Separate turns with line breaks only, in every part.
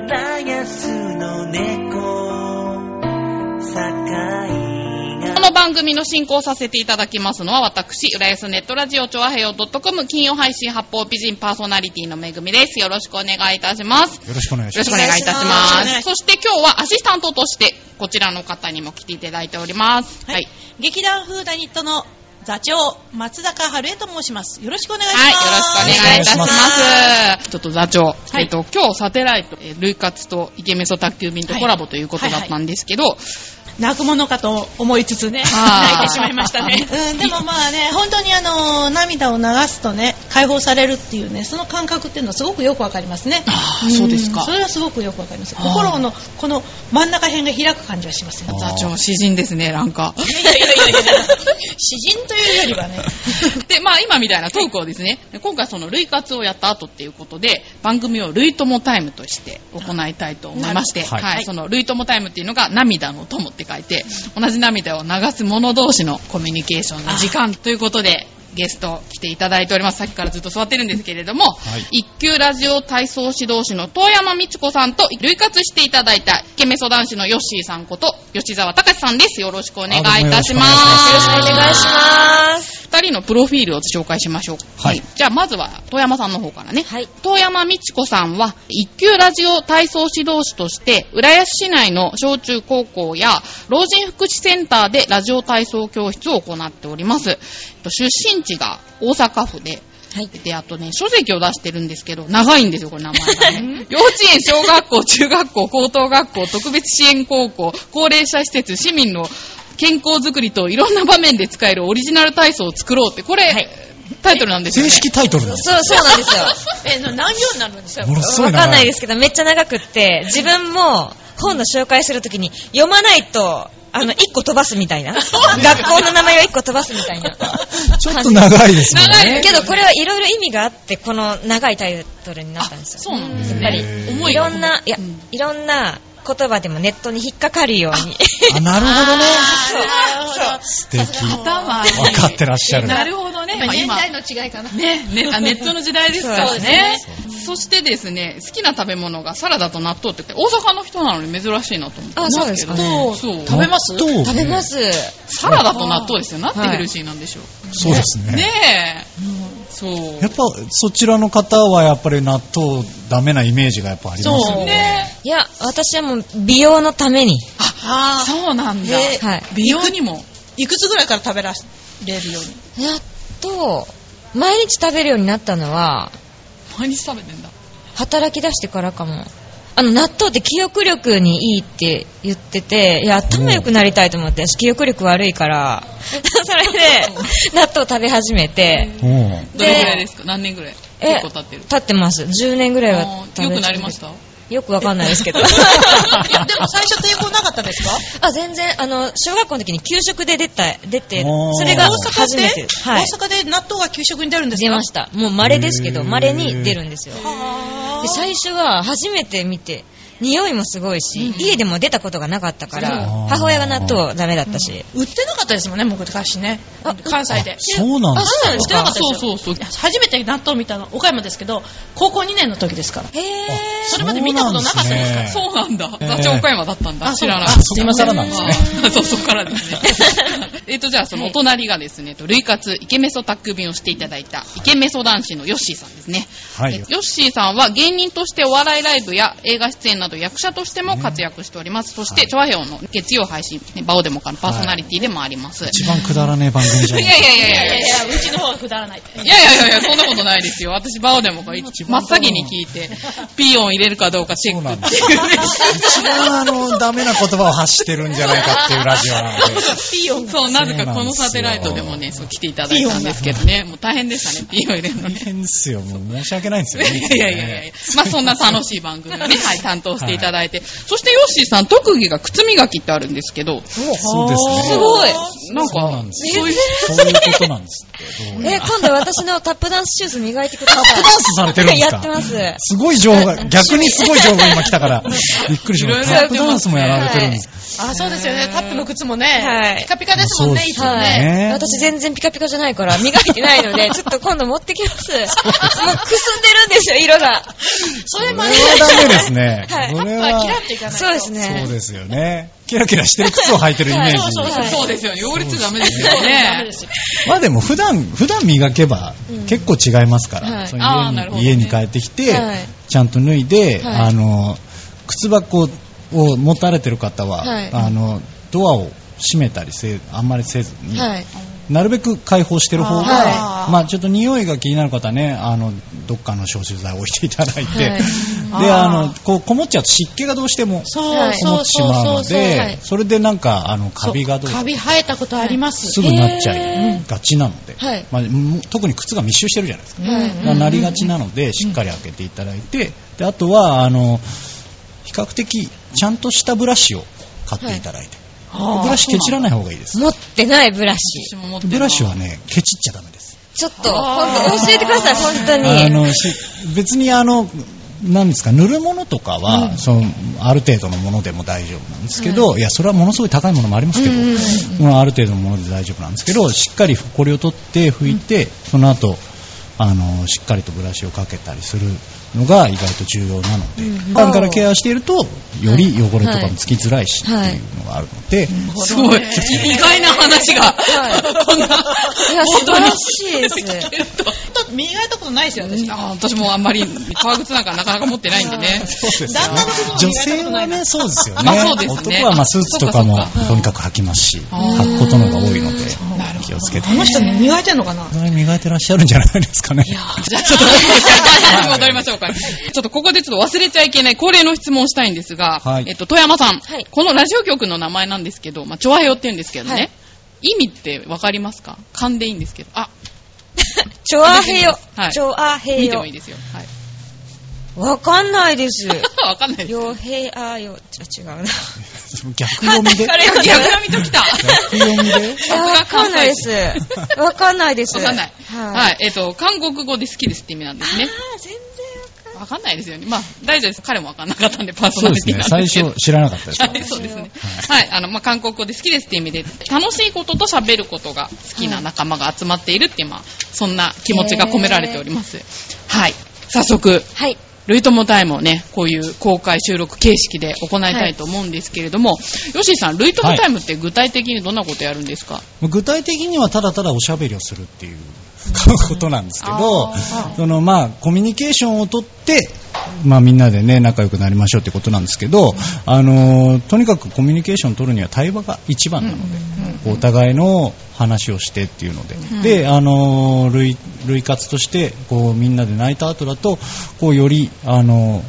ラスの猫堺
この番組の進行をさせていただきますのは私、浦安ネットラジオ調和平洋 .com 金曜配信発泡美人パーソナリティのめぐみです。よろしくお願いいたします。
よろしくお願いし
よろし
ます。
くお願いいたしま。
お願いしますす
そして今日はアシスタントとして、こちらの方にも来ていただいております。はい。
劇団風ダニットの座長、松坂春江と申します。よろしくお願いします。
はい、よろしくお願いいたしま
は
す。ちょっと座長、
い
えっと、今日サテライト、えールイカツとイケメンソ宅急便とコラボということだったんですけど、
い泣くものかと思いつ つね、
あー
泣いてしまいましたね。 うん、でもまあね、本当にあの、涙を流すとね、解放されるっていうね、その感覚っていうのはすごくよくわかりますね。
あーそうですか
んそれはすごくよくわかります。
あー
心の、この真ん中辺が開く感じはしますよ。
あー
座長、詩人ですね、なんか。
いやいやいやいやいや、詩人というよりは ね、
で、まあ今みたいなトークをですね、今回その類活をやった後っていうことで、番組を類友タイムとして行いたいと思いまして、は、
はいい
その類友タイムっていうのが涙の友って書いて、同じ涙を流す者同士のコミュニケーションの時間ということで、ゲスト来ていただいております。さっきからずっと座ってるんですけれども、
い
一級ラジオ体操指導士の遠山美智子さんと、類活していただいた、イケメソ男子のヨッシーさんこと、吉沢隆さんです。よろしくお願いいたしま
あどうもよろしくお願い
す。
しますよろしくお願いします
ます。
二人のプロフィールを紹介しましょう。
はい
じゃあ、まずは、遠山さんの方からね。
はい。
遠山美智子さんは、一級ラジオ体操指導士として、浦安市内の小中高校や、老人福祉センターでラジオ体操教室を行っております。えっと出身地が大阪府で、
はい。
で、あとね、書籍を出してるんですけど、長いんですよ、これ名前がね。幼稚園、小学校、中学校、高等学校、特別支援高校、高齢者施設、市民の健康づくりといろんな場面で使えるオリジナル体操を作ろうって、これ、タイトルなんですよ
正
ね。
式タイトルなんです
そう、そうなんですよ。
え、な何行になるんですか
よ。ものすご
わ
い長
かんないですけど、めっちゃ長くって、自分も本の紹介するときに読まないと、あの、一個飛ばすみたいな。学校の名前を一個飛ばすみたいな。
ちょっと長いですもん
長いで
ね。
す
けど、これはいろいろ意味があって、この長いタイトルになったんですよ。
そうなんです
や
ね。
っ
やっぱり、
重
い
いよ
ろんな、いや
うん、
いろんな言葉でもネットに引っかかるように。
あ、なるほどね。
あ
素敵。
そう
わ
頭に
かってらっしゃる。
なるほどね。まあ
年
今
代の違いかな。
ね、ねあネットの時代ですから
そうです
ね。そしてですね、好きな食べ物がサラダと納豆って言って、大阪の人なのに珍しいなと思って。
あそうですか
納豆そう。
食べます
食べま。す。
サラダと納豆ですよ。なんてヘルシーなんでしょう。
そうですね。
ねえ。そう。
やっぱそちらの方はやっぱり納豆ダメなイメージがやっぱありますよね。
ね
いや、私はもう美容のために。
あー
そうなんだ。
へえ
はい。
美容にも。
いくつぐらいから食べられるように
やっと、毎日食べるようになったのは、
毎日食べてんだ。
働き出してからかも。あの、納豆って記憶力にいいって言ってて、いや、頭良くなりたいと思って、私記憶力悪いから、 それで、納豆食べ始めて、
うん。
どれぐらいですか何年ぐらい
え
結構経ってる。
経ってます。10年ぐらい
あ
は
ー
食べ
良
続け
くなりました
よくわかんないで すけど。
いや、でも最初抵抗なかったですか
あ、全然、あの、小学校の時に給食で出た、出て、
おー
それが初め
で
てです。はい。
大阪で納豆が給食に出るんですか
出ました。もう稀ですけ
へ
ど、
ー
稀に出るんですよ。
は
で
ー
最初は初めて見て匂いもすごいし、家でも出たことがなかったから
うん
母親が納豆ダメだったし、
売ってなかったですもんね、昔ね。関西で
あ。そうなんですか
あそうなんです知ってなかったですよ
そうそうそう
いや初めて納豆見たの、岡山ですけど、高校2年の時ですから。
へえ
それまで見たことなかったです
ね
そうなんだ。
ええ
ダチョウ岡山だったんだ。
あ
知らな
あ、
かった。
そこからなんですね。
あーそう、そこからですね。えっと、じゃあ、そのお隣がですね、えっと類活イケメソ宅便をしていただいた、イケメソ男子のヨッシーさんですね。
はい
えヨッシーさんは芸人としてお笑いライブや映画出演など役者としても活躍しております。そし
は
て、
い
チョアヘオの月曜配信、ねバオデモカのパーソナリティでもあります。い
一番くだらねえ番組じゃ
や
ないい。
やいやい
い
やいや。
やいや、うちの方がくだらない。
いやいやいやいや、そんなことないですよ。私、バオデモが真っ 先に聞いて、ピー音入れるかどうかチェ
そ
ッ
う
ク
な
っ
ん
て
で
い
す。
うね。
一番あの、ダメな言葉を発してるんじゃないかっていうラジオなので。
ピヨンそう、なぜかこのサテライトでもね、そう来ていただいたんですけどね、もう大変でしたね、ピヨン入れるの
大
ね。
変ですよ。もう申し訳ないんです
い
よ。
やいやいやいや、まあそんな楽しい番組を ね、はい、担当していただいて、そしてヨッシーさん、特技が靴磨きってあるんですけど、
そうですね。
すごい
なん
そうな
か
ん、です
そういう、
そういうことなんですって。どうや
え
ら
今度私のタップダンスシューズ磨いてください
タップダンスされてるんですか
やってます
すごい情報が、逆にすごい情報が今来たから、びっくりしま
いろい
した。
ろや
タ
っ
ッ
てますね
プダンスもやられてるんです。
あ、そうですよね。タップの靴もね、
はい
ピカピカです
そうね、一応
は
ね。
い
ね。
私全然ピカピカじゃないから、磨いてないの で、ちょっと今度持ってきます。もうくすんでるんですよ、色が。
それ
それ
ま
は
で、
ダメですね。
はい
それ
キラ
は
ッ、といかないと。
そうです
そう
ね。
ですよね。キラキラしてる靴を履いてるイメージ。
そうそうはい
そうですよね。汚れちゃダメですよ
ダメ
ね
で。すよ
まあでも普段、普段磨けば
うん
結構違いますか
は
ら、
い
その
あーなるほどね
家に家に帰ってきて、
はい
ちゃんと脱いで、
はい
あの、靴箱を持たれてる方は、
はい
あの、ドアを閉めたりせあんまりせずに、
はい。
なるべく開放してる方が、
はい
まあちょっと匂いが気になる方はね、あの、どっかの消臭剤を置いていただいて、
はい
で、
あ
あ
ー
の、こう、こもっちゃうと湿気がどうしても、
そう
こもっ
そう
てし
そう
まう
そ
の
うそう。
で、
はい
それでなんか、あの、カビがどう
カビ生えたことあります。
すぐなっち
へ
ゃいがちなので、
はい
まあ、もう特に靴が密集してるじゃないですか。
はい
だからなりがちなので、しっかり開けていただいて、であとは、あの、比較的、ちゃんとしたブラシを買っていただいて、
あー
ブラシケチらない方がいいです。
持ってないブラシ。
私も持ってるな
ブラシはね、ケチっちゃダメです。
ちょっと、今度教えてください、本当
あ
に。
のし別にあのなんですか塗るものとかは、そのある程度のものでも大丈夫なんですけど、いやそれはものすごい高いものもありますけど、
うんうん
まあある程度のもので大丈夫なんですけどしっかりこれを取って拭いて、その後あのしっかりとブラシをかけたりするのが意外と重要なので、普段からケアしているとより汚れとかもつきづらいしって
はい
いうのがあるので、
すごい。意外な話が。こんな、
いや、
本
素晴
当
ら
に。
しい です。
ちょっと磨いたことないですよ、私。
あー私もあんまり革靴なんかなかなか持ってないんでね。
そうですよ
旦那の靴も磨いたことない
女性はね、そうですよね。
まあそうですね
男はまあスーツとかも
そっかそっか
とにかく履きますし、
あー
履くことのが多いので、気をつけて。
あの人ね磨いてんのかな
そんなに磨いてらっしゃるんじゃないですかね。
じゃあちょっと、 話に戻りましょうか。ちょっとここでちょっと忘れちゃいけない恒例の質問をしたいんですが、
はい
えっと、富山さん、
はい
このラジオ局の名前なんですけど、まあ、チョアヘヨって言うんですけどね、
はい
意味ってわかりますか噛んでいいんですけど。あ、
チョアヘヨ
はい。
チョアヘ
見ても
ヨ
いい。ですよ。はい。
わかんな いです。
わかんないです。
ヨヘアヨ、じゃ違う な。
逆読 みで。
逆読みときた。
逆読みで。
いやわかんないです。わかんないです。
わかんない。
は。
はいい。えっと、韓国語で好きですって意味なんですね。
あー全然
わかんないですよね。まあ、大丈夫です。彼もわかんなかったんで、パーソ
そ
ナ
う
リ
です
ティ
ね。
なん
最
ですけど
初知らなかったですか
は
ら
い、
ね。
そうですね。はい、あの、まあ、韓国語で好きですって意味で、楽しいことと喋ることが好きな仲間が集まっているっていう、まあ、そんな気持ちが込められております。はい。早速、
はい。
ルイトモタイムをね、こういう公開収録形式で行いたいと思うんですけれども、ヨシーさん、ルイトモタイムって具体的にどんなことやるんですか、
具体的にはただただおしゃべりをするっていう ことなんですけど、そのまあコミュニケーションをとって、まあ、みんなでね仲良くなりましょうってことなんですけど、あのとにかくコミュニケーションを取るには対話が一番なので、お互いの話をしてっていうので、であの類類活としてこうみんなで泣いた後だとこうよりあの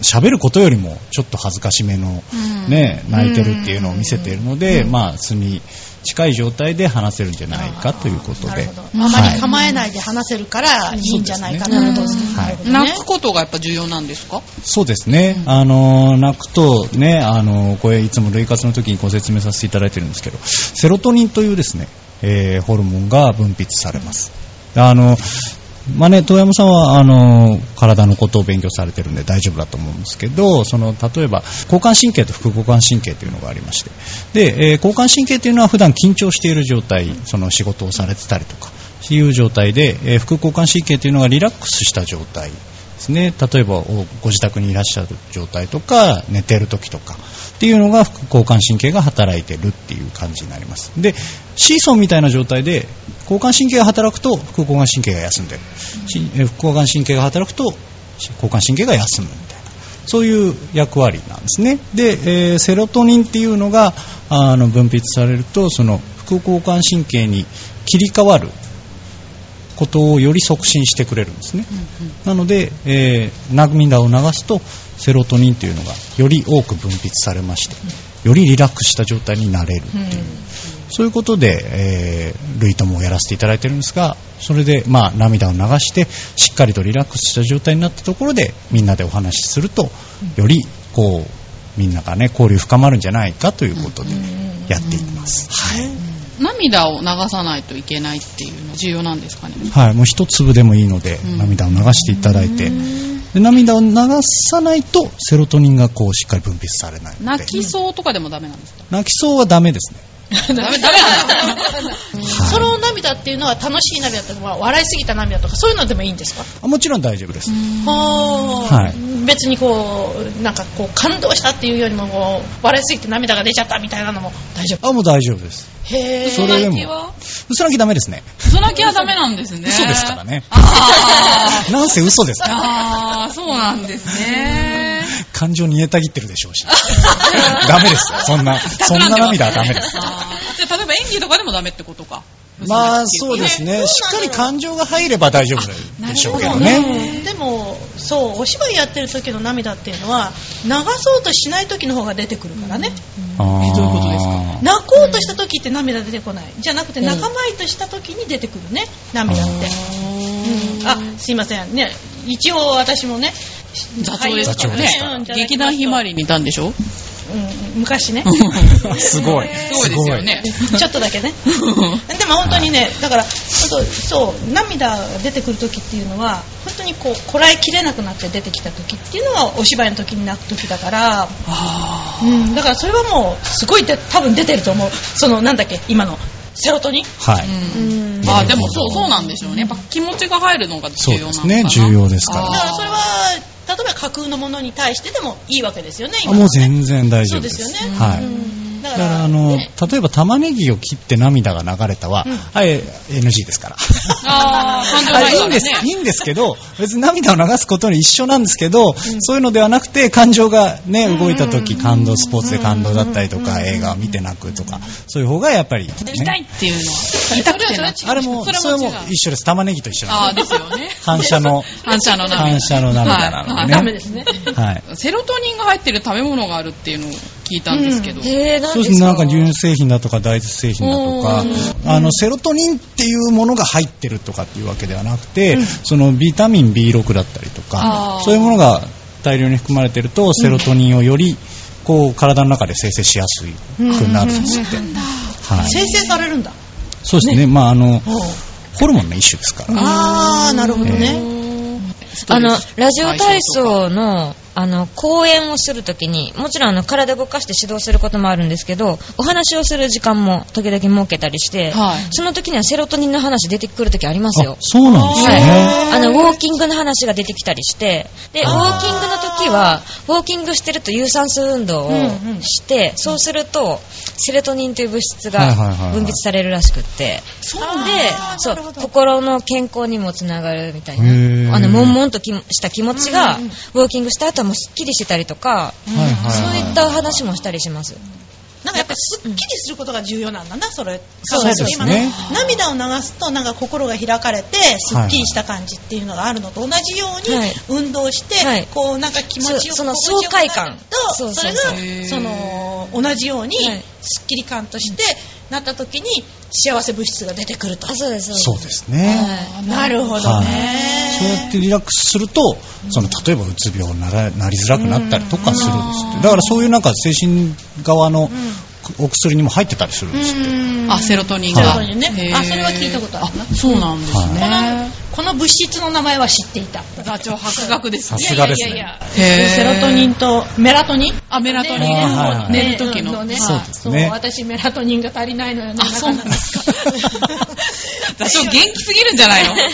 喋ることよりもちょっと恥ずかしめの、ね泣いてるっていうのを見せているので、まあ、素に近い状態で話せるんじゃないかということで。
あまり構えないで話せるから、いいんじゃないかなと。
はい
泣くことがやっぱ重要なんですか
そうですね、あの泣くとね、あのこれいつも類活の時にご説明させていただいてるんですけど、セロトニンというですね、えーホルモンが分泌されます。あのまあね、遠山さんはあの体のことを勉強されてるんで大丈夫だと思うんですけどその例えば交感神経と副交感神経というのがありましてで、えー交感神経というのは普段緊張している状態その仕事をされてたりとかいう状態で、えー副交感神経というのがリラックスした状態ですね例えばおご自宅にいらっしゃる状態とか寝てる時とかっていうのが副交感神経が働いてるっていう感じになりますでシーソーみたいな状態で交感神経が働くと副交感神経が休んでる、しえ副交感神経が働くと交感神経が休むみたいなそういう役割なんですねで、えーセロトニンっていうのがあの分泌されるとその副交感神経に切り替わることをより促進してくれるんですね、なので、えー涙を流すとセロトニンというのがより多く分泌されましてよりリラックスした状態になれるっていう、そういうことで、えー、ルイともやらせていただいてるんですがそれで、まあ、涙を流してしっかりとリラックスした状態になったところでみんなでお話しするとよりこうみんなが、ね、交流深まるんじゃないかということでやっています。はい
涙を流さないといけないっていうのは重要なんですかね
はい、もう一粒でもいいので、
ん
涙を流していただいて、で涙を流さないとセロトニンがこうしっかり分泌されないので
泣きそうとかでもダメなんですか
泣きそうはダメですね
ダメ、ダメなんだ。
その涙っていうのは楽しい涙とか笑いすぎた涙とかそういうのでもいいんですか
あもちろん大丈夫です。
は
は
ー別にこうなんかこう感動したっていうよりもこう笑いすぎて涙が出ちゃったみたいなのも大丈夫
あ、もう大丈夫です。
へ
そ
ー
れ
嘘
でも
泣きは
嘘泣きダメですね。
嘘泣きはダメなんですね。
嘘ですからね
あー
なんせ嘘ですから。
あー、そうなんですね。
感情煮えたぎってるでしょう し。ダメですよ。そんな、そんな涙はダメ です。
あーじゃあ例えば演技とかでもダメってことか。
まあ、そうですね。しっかり感情が入れば大丈夫でしょうけどね。
でもそうお芝居やってる時の涙っていうのは流そうとしない時の方が出てくるからね、
あー
どういうことですか
泣こうとした時って涙出てこないじゃなくて
うん
仲間入りとした時に出てくるね涙って、うんあすいませんね一応私もね
座長ですから
座長で
ね
すか。ら
うん
劇団ひま、わ
いただき
りにいたんでしょ
ますとうん、昔 ね
すごい。
そうですよね。
ちょっとだけねでも本当にね、だから、本当そう、涙が出てくる時っていうのは、本当にこう、こらえきれなくなって出てきた時っていうのは、お芝居の時に泣く時だから、うん、だからそれはもう、すごいで、多分出てると思う。その、なんだっけ、今の、セロトニン
はい。
うんまあでもそう、そうなんでしょうね。やっぱ気持ちが入るのが重要なのかな
そうですね重要ですから
だからそれは
あ、
例えば架空のものに対してでもいいわけですよね、
あ
今
もう全然大丈
そ
夫
う
で
です
す。
よね。
はい。
うんだ
だ
か
から
ら、
あの、
ね
例えば玉ねぎを切って涙が流れたは、
うん
あれ NG ですから。
あー感情
あ
入
れいいん
るか
です、
ら
い
ね。
いんですけど、別に涙を流すことに一緒なんですけど、そういうのではなくて、感情がね、動いた時感動、スポーツで感動だったりとか、映画を見て泣くとか、そういう方がやっぱり、ね。
痛いっていうのは、痛くてなっちゃう
あれも、
それ
それ
も違
も
う。
一緒です。玉ねぎと一緒
ああ、
なん
で
です
よね。
す。反射の、
反射の涙。
反射の涙なの
はい
ね。
はい
ダメですね。
はい。
セロトニンが入ってる食べ物があるっていうのを聞いたんですけど。
へー、なん
そう
で
です
す
ね、な
か
んか乳製品だとか大豆製品だとか、あの、セロトニンっていうものが入ってるとかっていうわけではなくて、そのビタミン B6 だったりと
あ
か
ー、
そういうものが大量に含まれてると、セロトニンをより、こう、体の中で生成しやすくなるんですって。はい。
生成されるんだ。
そうですね、まあ、あの、ホルモンの一種ですから。
あー、なるほどね。
あの、ラジオ体操の、あの、講演をするときに、もちろんあの、体動かして指導することもあるんですけど、お話をする時間も時々設けたりして、
はい
その時にはセロトニンの話出てくるときありますよ
あ。そうなんですね。
はい、あのウォーキングの話が出てきたりしてでウォーキングの時はウォーキングしてると有酸素運動をして、そうするとセレトニンという物質
はいはいはいは
が
い
分泌されるらしくって、そうでそう心の健康にもつながるみたい
へー
なあの悶々ときした気持ちが、ウォーキングした後はもうすっきりしてたりとか、
はいはいはい
そういった話もしたりします。
なんかやっぱすっきりすることが重要なんだな、それ。
そうですね
今ね涙を流すとなんか心が開かれて、すっきりした感じっていうのがあるのと同じように、
はい
運動して、
はい
こうなんか気持ちよく
そその
心地よく
爽快感
なると、
そ
そう
そうそう
れが、その、同じように
はい、
すっきり感として、なった時に、幸せ物質が出てくると
あ。そうです
そう
す
ですね。
はい
なるほどね。
そうやってリラックスすると、その例えばうつ病にならなりづらくなったりとかするんですってだからそういうなんか精神側のお薬にも入ってたりするんですって
あ、セロトニン
セロ
が。
ト
ニンね
へー
あそれは聞いたことあるな
そうなんです
こ
ね。
のこの物質の名前は知っていた。
座長博学です
さ
ね。
すがです
いやいや
ね
へー
セロトニンとメラトニン
あ、メラトニン
あーはいはい
ね。寝る時の。
ね
そうですね
そう私メラトニンが足りないのよね
あ、そうなんですか。座長元
気
気すぎるんじゃないの
確か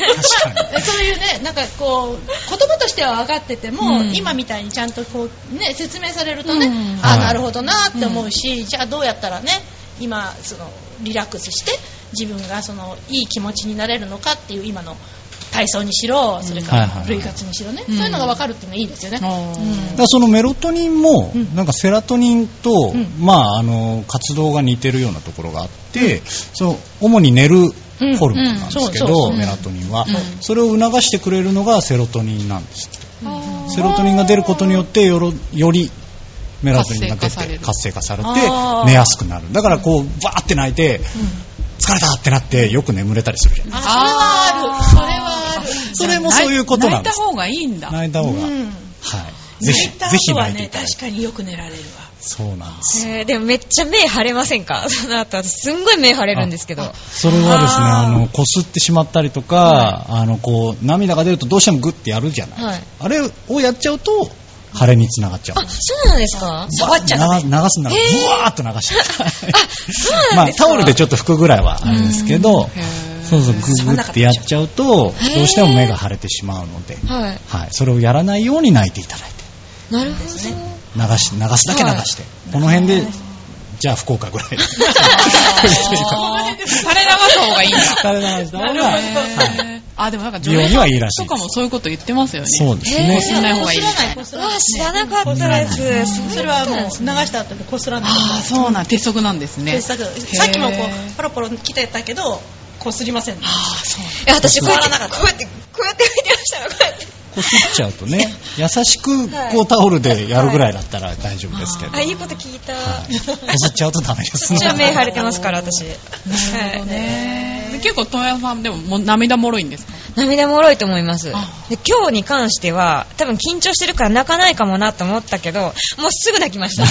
に
そういうね、なんかこう、言葉としては分かってても、
うん
今みたいにちゃんとこう、ね、説明されるとね、
うん
は
あ
い
なるほどなって思うし、じゃあどうやったらね、今、その、リラックスして、自分がその、いい気持ちになれるのかっていう、今の体操にしろ、それか
はいはい
ら
はい
類活にしろね、
うん
そういうのが分かるっていうのはいいですよね。
あ
だからそのメロトニンも、
うん
なんかセラトニンと、
うん
まあ、あの活動が似てるようなところがあって、その主に寝るホルモンなんですけど、
うんうんそうそう
メラトニンは、
うん
それを促してくれるのがセロトニンなんですって
ー
セロトニンが出ることによってよろよりメラトニンが出
活性化され
て
る
活性化されて
あー
寝やすくなるだからこうバーって泣いて、疲れたってなってよく眠れたりするじゃない
あ、それはある。それはあ
それ
る。
もそういうことなん
泣
で
い
す
た方がいいんだ。
泣いた方が、
うん
はいぜひぜひ泣いていただいて、
かによく寝られるわ。
そうなんです
えーでもめっちゃ目腫れませんか その後、私すんごい目腫れるんですけど。
それはですね、あの、こすってしまったりとか、あの、こう、涙が出るとどうしてもグッてやるじゃない。
はい
あれをやっちゃうと、腫れにつながっちゃう
あ、そうなんですか
下がっちゃダメ
流流すなら、
へー
ブワーっと流して。
そう
ま
なん
あ、
ですか
タオルでちょっと拭くぐらいはあれですけど、そうそう、ググってやっちゃうと、どうしても目が腫れてしまうので、
はい。
はい、それをやらないように泣いていただいて、
なるほど。
流し、流すだけ流して、この辺で、じゃあ福岡ぐらい。
あー垂れ流す方がいいんだ。
垂れ流した方が、はい
へーあ、でもなんか
美
女
容
優
にはいいらしい
と
です
かもそういうこと言ってますよね。
そうです
へ
ね
ー。
知らない方がいいみたいな。
こす
う
らな
わ、
い
知らなかったです。
それはもう流した後でこすらない
ああ、そうなん、鉄則なんですね。
さっきもこうポロポロ来てたけどこすりませんね
え、私こうやって、
触らなか
こうやって、こうやって見てましたよ、こうやって。
こすっちゃうとね、優しく、こうタオルでやるぐらいだったら大丈夫ですけど、
あ、いいこと聞いた。
はいこすっちゃうとダメですね
一。応目腫れてますから、私。はい
ね結構、東屋さんでももう涙もろいんですか
涙もろいと思います。で
あ
今日に関しては、多分緊張してるから泣かないかもなと思ったけど、もうすぐ泣きました。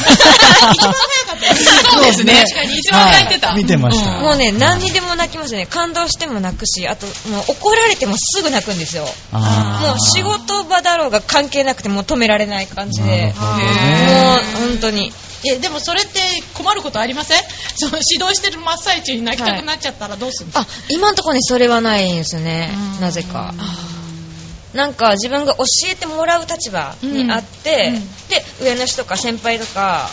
そうですね。確かに一番泣いてた。
はい見てました
もうね、何にでも泣きますね。感動しても泣くし、あと、もう怒られてもすぐ泣くんですよ。も
あー
う仕事場だろうが関係なくてもう止められない感じ
なる
で。
ほ
も
どね。
う本当に。
えでもそれって困ることありませんその指導してる真っ最中に泣きたくなっちゃったらどうするの、
あ、今のところにそれはないんですよね。なぜか。なんか自分が教えてもらう立場にあって、
うんうん
で、上の人とか先輩とか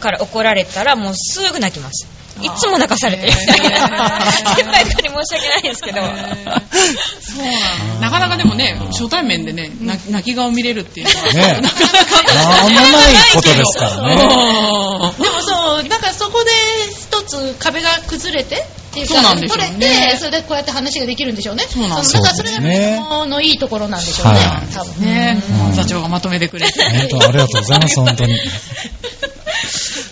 から怒られたらもうすぐ泣きます。いつも泣かされてる。
へー
先輩とかに申し訳ないんですけど。
そうなんだなかなかでもね、初対面でね、な泣き顔見れるって いうのは、
ね
なかなか
あんまないことですからね
ね。
でもそうなんかそこで一つ壁が崩れてっていうか
そうなんでしょうね
取れてそれでこうやって話ができるんでしょうね
そうなんです
だからそれが
そうですね
子供のいいところなんでしょうね、
はい
多分
ね
うん
座長がまとめてくれて。
本当ありがとうございます、本当に。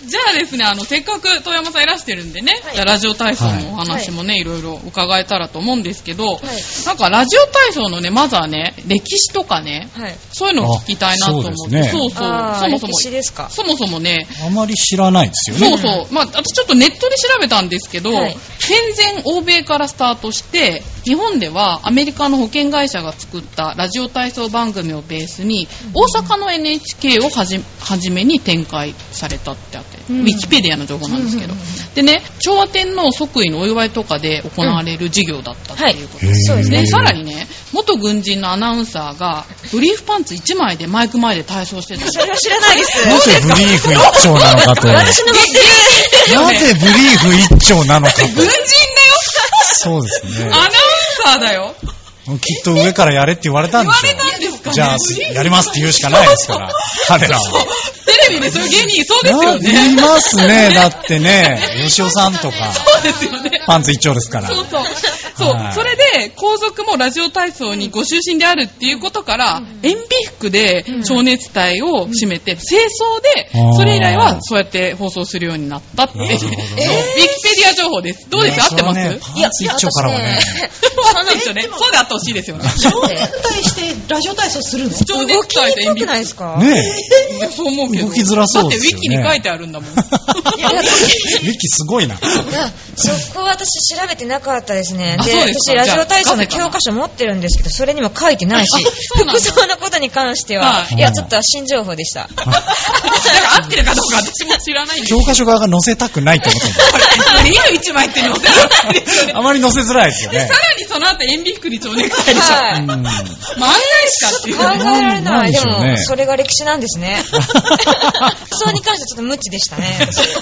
じゃあですね、あの、せっかく遠山さんいらしてるんでね、じゃあラジオ体操のお話もね、い、ろいろ伺えたらと思うんですけど、なんかラジオ体操のね、まずはね、歴史とかね、
はい。
そういうのを聞きたいなと思って、
あ
そ
そううですね
そう
あー
そもそも
歴、史ですか。
そもそもね、
あまり知らないですよね。
そうそう。まあ、私ちょっとネットで調べたんですけど、
はい
戦前欧米からスタートして、日本ではアメリカの保険会社が作ったラジオ体操番組をベースに、大阪の NHK をはじはじめに展開されたってあって、ウィキペディアの情報なんですけど。でね、昭和天皇即位のお祝いとかで行われる事業だったっていうこと
はいそうですね
でさらにね、元軍人のアナウンサーが、ブリーフパンツ1枚でマイク前で体操してた。
それは知らないで す。
なぜブリーフ一丁なのかと。なぜ
私の持ってる。
ブリーフ一丁なのかと。
軍人だよ
そうです
ア
ね
ナ。ウンサーだよ。
きっと上からやれって言われたん
言
で
わ
し
れたん
ょ
ですか
う。じゃあ、やりますって言うしかないですから、彼らは。
テレビでそういう芸人いそうですよね。
います ね、だってね、吉尾さんとか、
そうですよね。
パンツ一丁ですから。
そうそう。そう、
はい
それで、皇族もラジオ体操にご出身であるっていうことから、塩ビ服で少熱隊を占めて、清掃で
あー、
それ以来はそうやって放送するようになったっていう、ウ
な
ィ
る
キ
ほ
ペ
ど
デ
ね
ィア情報です。どうですか、合ってます、
ねそれはねパンツ一丁からはね、
合ってますよね。そうであってほしいですよね。
超熱帯してラジオ体操するの
超
動
熱
き
隊
に
と
く
塩ビ
くない
服。
ですか
ね
そう思うけど。
動きづらそうです
だってウ
よね
ィキに書いてあるん だもん。
え。ウィキす ごいな。
いやそこ私調べてなかったですね。
あ
で、
そうですか
私ラジオ体操の
じゃあ
教科書持ってるんですけど、それにも書いてないし
あそう、なんだ
服装のことに関しては
は、い
いや、ちょっと新情報でした。
なんか合ってるかどうか私も知らないんですけど
教科書側が載せたくないと思ってる
ブリーフ1枚って載せられないですよ ね。
あまり載せづらいですよ
で、
ね
さ。らにその後塩ビ服に蝶ネクタイでしょ。
はい。
うん
漫画ですかっていう。
考えられ
な
なんい。
で
で
しょうね
も、それが歴史なんですね。服装に関してはちょっと無知でしたね。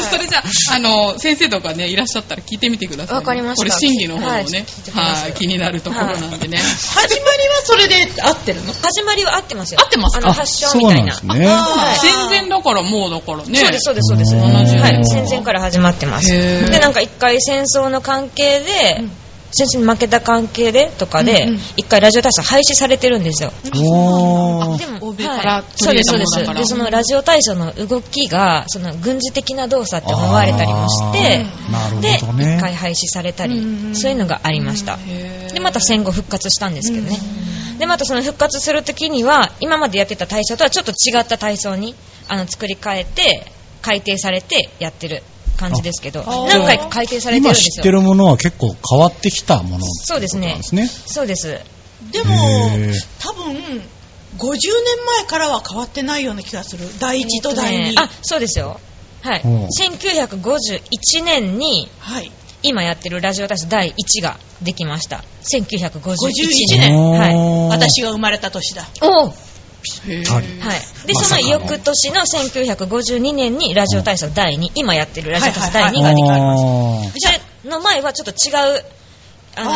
それじゃあ、あの、先生とかね、いらっしゃったら聞いてみてくださいね、
わかりました
これ、審議の方もね、
はいちょっと聞いてみます
はい、気になるところなんでね。
始まりはそれで合ってるの
始まりは合ってますよ。
合ってます
あ
か
の、発祥みたいな。
そ
そう
なんですね。
はい
戦前だからもうだからね。
うです、そうです、そうです。
うん
はい。戦前から始まってます。
へー
で、なんか一回戦争の関係で、戦争に負けた関係でとかで、一回ラジオ体操廃止されてるんですよ。
おー。
でも
欧米から
そう
取り
で
入
す、そう
れたもの
で
だ
す。
から
で、そのラジオ体操の動きが、その軍事的な動作って思われたりもして
あー、なるほ
で、
どね
一回廃止されたり、そういうのがありました。で、また戦後復活したんですけどね。で、またその復活するときには、今までやってた体操とはちょっと違った体操に、あの、作り変えて、改定されてやってる感じですけど、何回か改定されてるん
今
ですよ。
知ってるものは結構変わってきたもの
そうです
なん
ね
で。すね。
そうです。
でも
へー
多分50年前からは変わってないような気がする第1と第2、
えっとねあ、そうですよ。はい。
うん
1951年に、
はい
今やってるラジオ体操第1ができました。1951
51
年。
年
はい。
私が生まれた年だ
おー
へー
はい
はい、で
ま
そ
さ
の
かの
翌年の1952年にラジオ体操第2、今やってるラジオ体操第2が
はい
できまし
あー
たそれの前はちょっと違う、あのー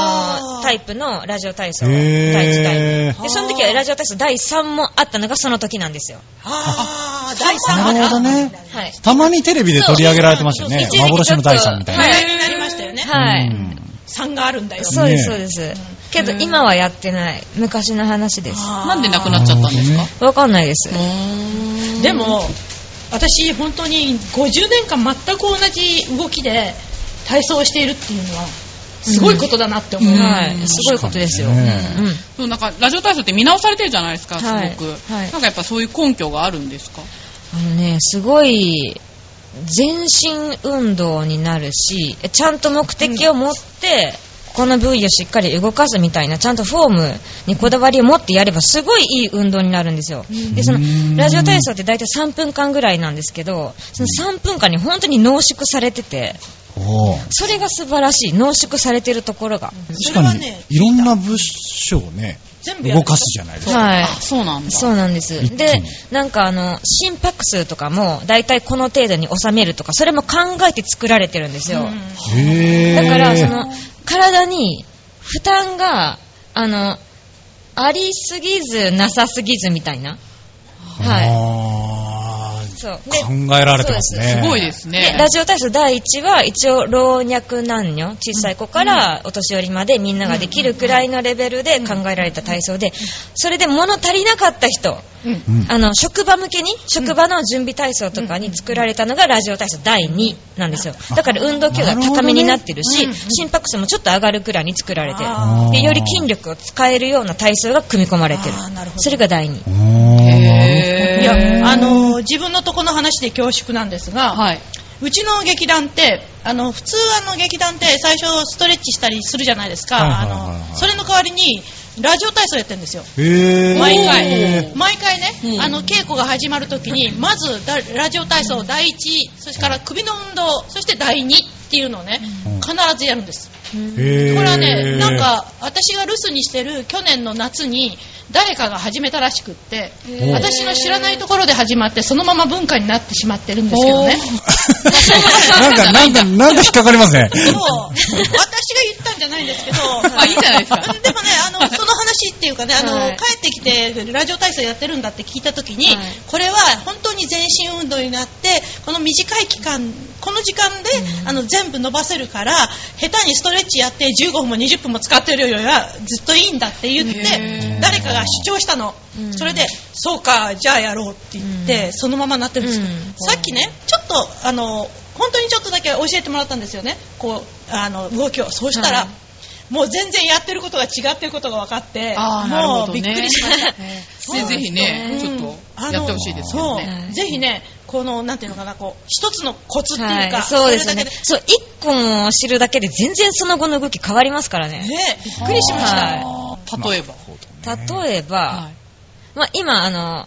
あー
タイプのラジオ体操第
へー
1第2でその時は
あー
ラジオ体操第3もあったのがその時なんですよ
ああ第
な
3
るほどね
はい
たまにテレビで取り上げられてましたよね
そう一時期ちょっと
幻の第3みたいな、
は
はいなりましたよね
はい、
うん
3があるんだよ
そうですそうです、けど今はやってない昔の話です
あー
なんでなくなっちゃったんですか
わかんないです、
でも私本当に50年間全く同じ動きで体操をしているっていうのはすごいことだなって思う、
うん
はい、すごいことですよ、
確かに
そうなんかラジオ体操って見直されてるじゃないですか、すごく、
はいはい
なんかやっぱそういう根拠があるんですか
あのね、すごい、全身運動になるし、ちゃんと目的を持って、この部位をしっかり動かすみたいな、ちゃんとフォームにこだわりを持ってやれば、すごいいい運動になるんですよ。で、その
う、ん
ラジオ体操って大体3分間ぐらいなんですけど、その3分間に本当に濃縮されてて、
おー
それが素晴らしい、濃縮されてるところが。
それ
確
は
かに
ね
いろんな部署をね
全部やる
動かすじゃないですか
はい
あ。そうなんだ
そうなんです
一。気
で
に、
なんかあの、心拍数とかも、大体この程度に収めるとか、それも考えて作られてるんですよ。
へー
だから、その、体に負担が、あの、ありすぎず、なさすぎずみたいな。はい。
あー
そう。で、
考えられてますね
そう
すごいです
で
ね
ラジオ体操第1は一応老若男女小さい子からお年寄りまでみんなができるくらいのレベルで考えられた体操でそれで物足りなかった人
うん
あの職場向けに職場の準備体操とかに作られたのがラジオ体操第2なんですよだから運動強度が高めになってるし心拍数もちょっと上がるくらいに作られてる
あ
でより筋力を使えるような体操が組み込まれてる
あーなるほど
それが第2
おーなる
ーい
へー
やあの自分のとこの話で恐縮なんですが、
はいう
ちの劇団ってあの普通あの劇団って最初ストレッチしたりするじゃないですか、
はいはいはいはい
あのそれの代わりにラジオ体操やってるんですよ
ほどへー
毎
お
回
ー
毎回ね、
うん
あの稽古が始まるときにまずだラジオ体操第一そしてから首の運動そして第二っていうのをね、
うん
必ずやるんです
へー
これはね、なんか私が留守にしてる去年の夏に誰かが始めたらしくって
ー
私の知らないところで始まってそのまま文化になってしまってるんですけどね
なんか、なんか、なんか引っかかりますね。
そう私が言ったんじゃないんですけど
まあいいじゃないですか
でもね あのその話っていうかねあの、
はい
帰ってきてラジオ体操やってるんだって聞いた時に、
はい
これは本当に全身運動になってこの短い期間この時間で、あの全部伸ばせるから下手にストレッチやって15分も20分も使ってるよりはずっといいんだって言って
へ
誰かが主張したの、
うん
それでそうかじゃあやろうって言って、そのままなってるんですよ、
うん
さっきねちょっとあの本当にちょっとだけ教えてもらったんですよねこうあの動きをそうしたら、
はい
もう全然やってることが違ってることが分かって
あーなるほ
も
ど
う
ね
びっくりしました
ねぜひね
そう
ちょ
うん
っとやってほしいですよ
あの
ね
そう
はい
ぜひねこのなんていうのかなこう一つのコツっていうか、
はい、そうです
れだ
ね。
け
そう、一個も知るだけで全然その後の動き変わりますからね
で。ねびっくりしました、
はい
例えば
例えば、
はい
まあ、今、あの、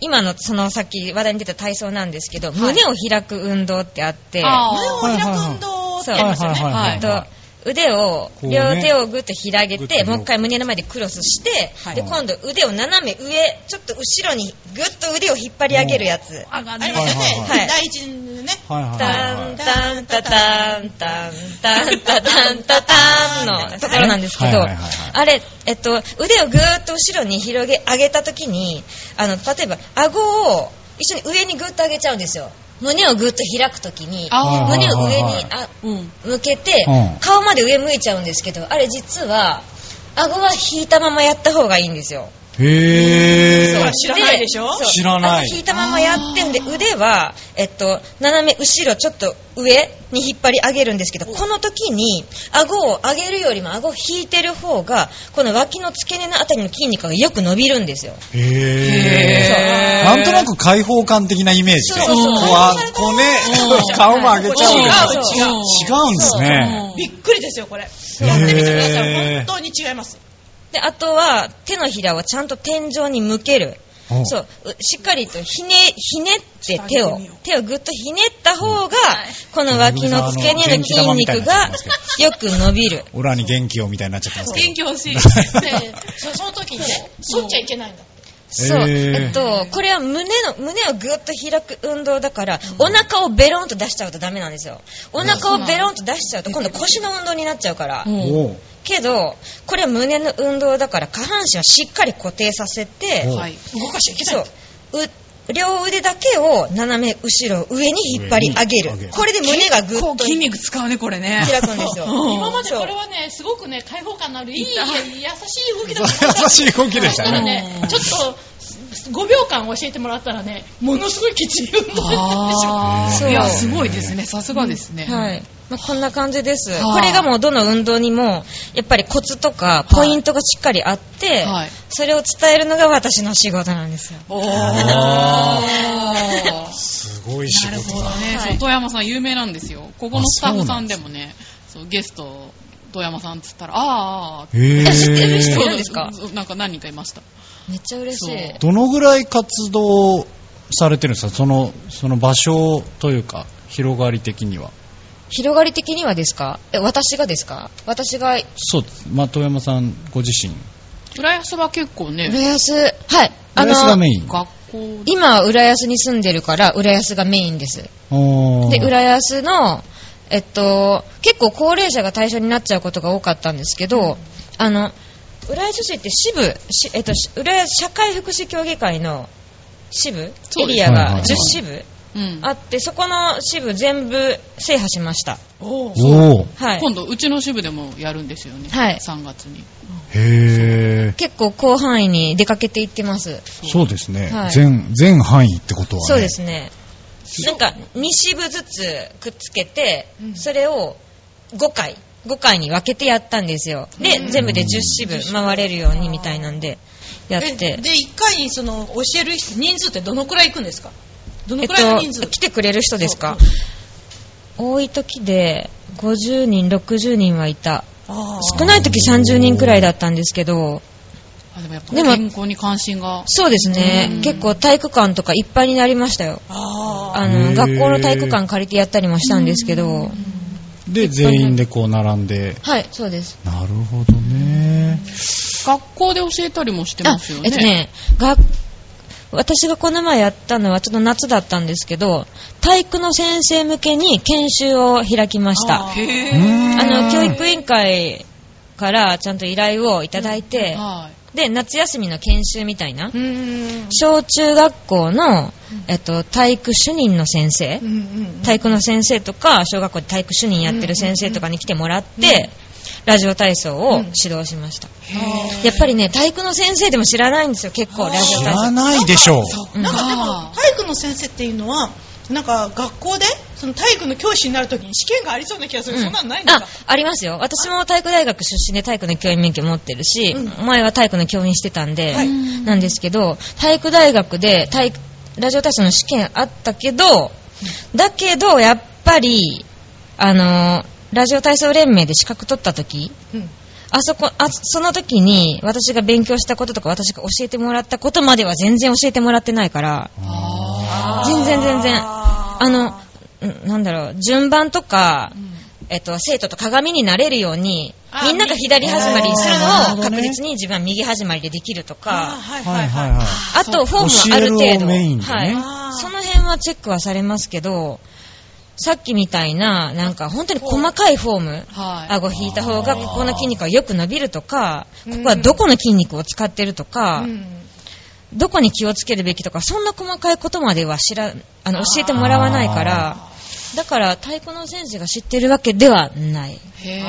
今のそのさっき話題に出た体操なんですけど、胸を開く運動ってあって、
あ
胸
ー
を開く運動ってやりますよね、
いはい
えっと腕を、
うね
両手をぐっと開げ、
ぐってと
もう一回胸の前でクロスして、
はい
で、今度腕を斜め上、ちょっと後ろにぐっと腕を引っ張り上げるやつ。
あが
あ
ね
りますよ
はい
ね、
はいはい
第一のね
はいはいはい
タ
は
ン
い。
タンタタンタンタンタタンタタンのところなんですけ
はい
ど、
はいはいはい
あれ、えっと、腕をぐーっと後ろに広げ上げたときにあの例えば顎を一緒に上にぐーっと上げちゃうんですよ胸をぐーっと開くときに
あ
ー
胸を上
はいはい
に
はい
あ
うん
向けて、
うん
顔まで上向いちゃうんですけどあれ実は顎は引いたままやった方がいいんですよ
へ
そう
ー
ら。知らないでしょ
そう
知らない
あの引いたままやってんで、腕は、えっと、斜め後ろ、ちょっと上に引っ張り上げるんですけど、この時に、顎を上げるよりも顎を引いてる方が、この脇の付け根のあたりの筋肉がよく伸びるんですよ。
へ
へー
ー。なんとなく開放感的なイメージで。
そうそうそう
こうあこうね、顔も上げちゃうよね。
違
う違う
違うんですね。
びっくりですよこれ
う
やってみてください
へー
本当に違います
で、あとは、手のひらをちゃんと天井に向ける。
お
そう、うしっかりとひね、ひねっ
ち
て手
ょっと上げ
を
てみよう、
手をぐっとひねった方が、この脇の付け根の筋肉がよく伸びる。
オラに元気をみたいになっちゃってますけど
元気欲しい。
でそその時にね反っちゃいけないんだって
そう。
へー
えっと、これは胸の、胸をぐっと開く運動だから、お腹をベロンと出しちゃうとダメなんですよ。お腹をベロンと出しちゃうと、今度腰の運動になっちゃうから。
うん
おう
けど、これは胸の運動だから、下半身をしっかり固定させて、
お
はい。
動かしちゃいけ
そ
ない。
うう両腕だけを斜め後ろ上に引っ張り上げ
上に上げる
るこれで胸がぐっ
ことう筋肉使うね、これね。
開く んですよ
うん
今まで
そう
これはね、すごくね、開放感のある、いい、優しい動きだ
優
ったんだ
しい動きでし
だ
た
から
ね。
ね、ちょっと、5秒間教えてもらったらね、ものすごいきちい運動になってし まう。
あ
そ
あ。
う
いや、すごいですね。さすがですね。
はい。まあこんな感じです。
はあ
これがもうどの運動にも、やっぱりコツとかポイントがしっかりあって、
はい
それを伝えるのが私の仕事なんですよ。
おー。
あすごい仕
なるほ
事
ど
だ。
ね。そう、富山さん有名なんですよ。ここのスタッフさんでもね、そうゲスト、富山さんっつったら、あーあー、
へ
え知ってる人
そう
いるんですか
そうなんか何人かいました。
めっちゃ嬉しい。
そう
どのぐらい活動されてるんですかその、その場所というか、広がり的には。
広がり的にはですかえ、私がですか私が、
そうです。まあ、遠山さんご自身。
浦安は結構ね、
浦安、はい。
浦安がメイン。
学校で、
今、浦安に住んでるから、浦安がメインです。
おー
で、浦安の、えっと、結構高齢者が対象になっちゃうことが多かったんですけど、あの、浦安市って支部、しえっと、し浦安社会福祉協議会の支部、
そ
エ
うです
リア
はいはい
が
はい
10支部
うん
あって、そこの支部全部制覇しました。
おー
おー
はい。
今度、うちの支部でもやるんですよね。
はい
3月に。
へー
結構広範囲に出かけていってます。
そうですね
は。い
全、全範囲ってことはね。
そうですね。なんか、2支部ずつくっつけて、それを5回、5回に分けてやったんですよ。で、全部で10支部回れるようにみたいなんで、やっ
え
て。
で1回にその教える人人数ってどのくらいいくんですかどの
えっ
くらいの人数、
と、来てくれる人ですか多い時で50人、60人はいた。
あ
少ない時30人くらいだったんですけど、
あでもやっぱ
でも
健康に関心が。
そうですね
うん、
結構体育館とかいっぱいになりましたよ。
ーあー
あ
へー
の、学校の体育館借りてやったりもしたんですけど、
で、全員でこう並んで。
はい、そうです。
なるほどね。
学校で教えたりもしてますよね。
あえっとね、が私がこの前やったのはちょっと夏だったんですけど、体育の先生向けに研修を開きました。
う
あ
へー
ーん
の、教育委員会からちゃんと依頼をいただいて、
はい。
で、夏休みの研修みたいな、
うーん
小中学校の、えっと、体育主任の先生、
うんうん
体育の先生とか、小学校で体育主任やってる先生とかに来てもらって、ラジオ体操を指導しました。やっぱりね、体育の先生でも知らないんですよ、結構、ラジオ
知
体
ら
操。
ないでしょう。
うん
なんかで
あ
も
ー
体育の先生っていうのはなんか学校でその体育の教師になるときに試験がありそうな気がする、そんなのないんです
あ
か、
ありますよ。私も体育大学出身で体育の教員免許持ってるし、
う
前は体育の教員してたんで、
はい
なんですけど、体育大学で体育ラジオ体操の試験あったけど、だけど、やっぱり、あの、ラジオ体操連盟で資格取った時、
うん
あそこ、あ、その時に私が勉強したこととか私が教えてもらったことまでは全然教えてもらってないから、全然全然。あの、んなんだろう、順番とか、えっと、生徒と鏡になれるように、みんなが左始まりする
あーなるほ
のを
どね
確実に自分は右始まりでできると
あ
か、
はいは
はいい
は
はいい
はい
はい。
あと、フォームある
教える
程
を
度、
メインでね
は
あー
い、その辺はチェックはされますけど、さっきみたいな、なんか本当に細かいフォーム、
はい。
顎引いた方がここの筋肉がよく伸びるとか、ここはどこの筋肉を使ってるとか、どこに気をつけるべきとか、そんな細かいことまでは知らあの教えてもらわないから、だから太鼓の先生が知ってるわけではない。
へー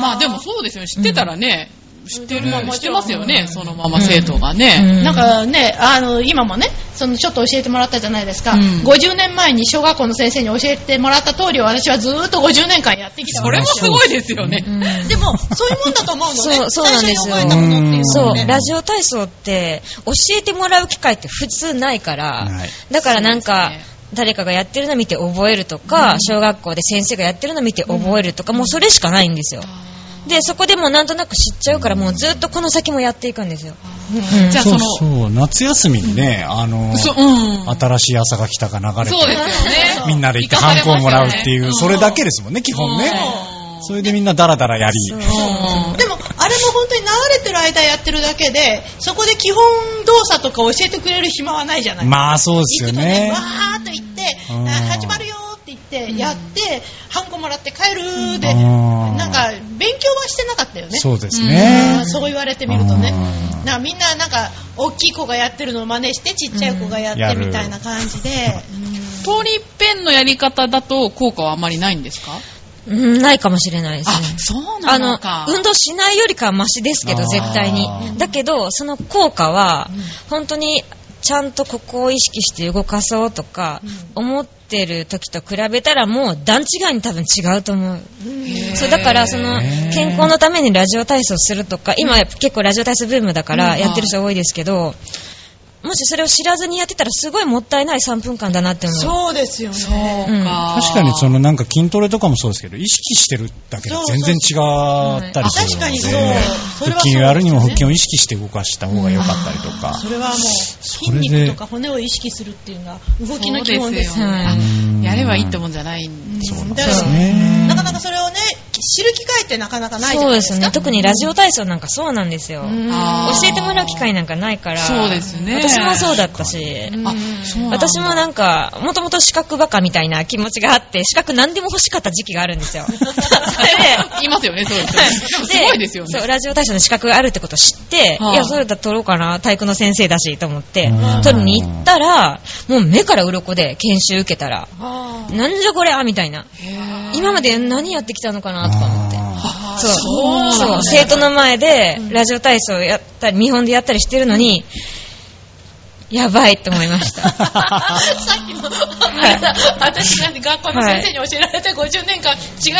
まあでもそうですよね。知ってたらね、知ってる、知ってますよね。そのまま生徒がね。
うん
なんかね、あの、今もね、そのちょっと教えてもらったじゃないですか。
うん
50年前に小学校の先生に教えてもらった通りを私はずーっと50年間やってきた
そ
わ
れ
け
もすごいですよね。
うん
でもそういうもんだと思うのね
そうそうなんですよ
最初に覚えたものっていうの
そ
は
う、
ね
ラジオ体操って教えてもらう機会って普通ないから、
ない
だからなんか、
そうです
誰かがやってるの見て覚えるとか、小学校で先生がやってるの見て覚えるとか、もうそれしかないんですよ。でそこでもうなんとなく知っちゃうからもうずっとこの先もやっていくんですよ、うん
じゃあ
そう
その
そう、夏休みにね、あの、
そう、うん。
新しい朝が来たが流れ
そうですよ
て、
ね。
みんなで行ってハンコをもらうっていう、それだけですもんね、基本ね。それでみんなダラダラやり。
うん
でも、あれも本当に流れてる間やってるだけで、そこで基本動作とか教えてくれる暇はないじゃない
まあそうで
行
す
く
よ
とね、
ね
わ。ーっと行って、
うん
あ始まるよーって言って、やって、ハンコもらって帰るーで、
うん
なんか、勉強はしてなかったよね。
そうです
あ
ね
ー。そう言われてみるとね
うん。
なんかみんな、なんか、大きい子がやってるのを真似して、ちっちゃい子がや
うんや
って
る
みたいな感じで。
通り一遍のやり方だと効果はあまりないんですか
うんないかもしれないです
あ
ね、
そうな
あ
の
の
か。、
運動しないよりかはマシですけど、
あー
絶対に。だけど、その効果は、本当に、ちゃんとここを意識して動かそうとか、思ってる時と比べたら、もう段違いに多分違うと思う。そう、だから、その、健康のためにラジオ体操するとか、今やっぱ結構ラジオ体操ブームだか
う
ら、
ん
やってる人多いですけど、もしそれを知らずにやってたら、すごいもったいない3分間だなって思う。
そうですよね。
そうか。
確かにそのなんか筋トレとかもそうですけど、意識してるだけで全然違ったりするので、
確かにそう。それは
腹
そう
筋をやるにも腹筋を意識して動かした方が良かったりとか。
それはもう、筋肉とか骨を意識するっていうのは動きの基本です
よ
よね。
ね
はい
うん
やればいいってもんじゃないんで
うん
で
だ
す
から
ね
なかなかそれをね、知る機会ってなかなかないじゃ
そ
ない
うで
です
す
か。
ね。特にラジオ体操なんかそうなんですよ。
うん
あー
教えてもらう機会なんかないから。
そうですね
私もそうだったし。
あ、そうなんだ
私もなんか、もともと資格バカみたいな気持ちがあって、資格何でも欲しかった時期があるんです よ。それで、
いますよね、そうですよね。でもすごいですよ
そう、
ね。
ラジオ体操の資格があるってことを知って、
はい
い、や、それだったら取ろうかな、体育の先生だし、と思って
うん、
取りに行ったら、もう目から鱗で研修受けたら、なんじゃこれみたいな。今まで何やってきたのかな、とか思って。
あ
そう
そう
そう生徒の前でラジオ体操やったり見本でやったりしてるのに、やばいと思いま した。
さっきの、私なんて学校の先生に教えられて50年間違った動きで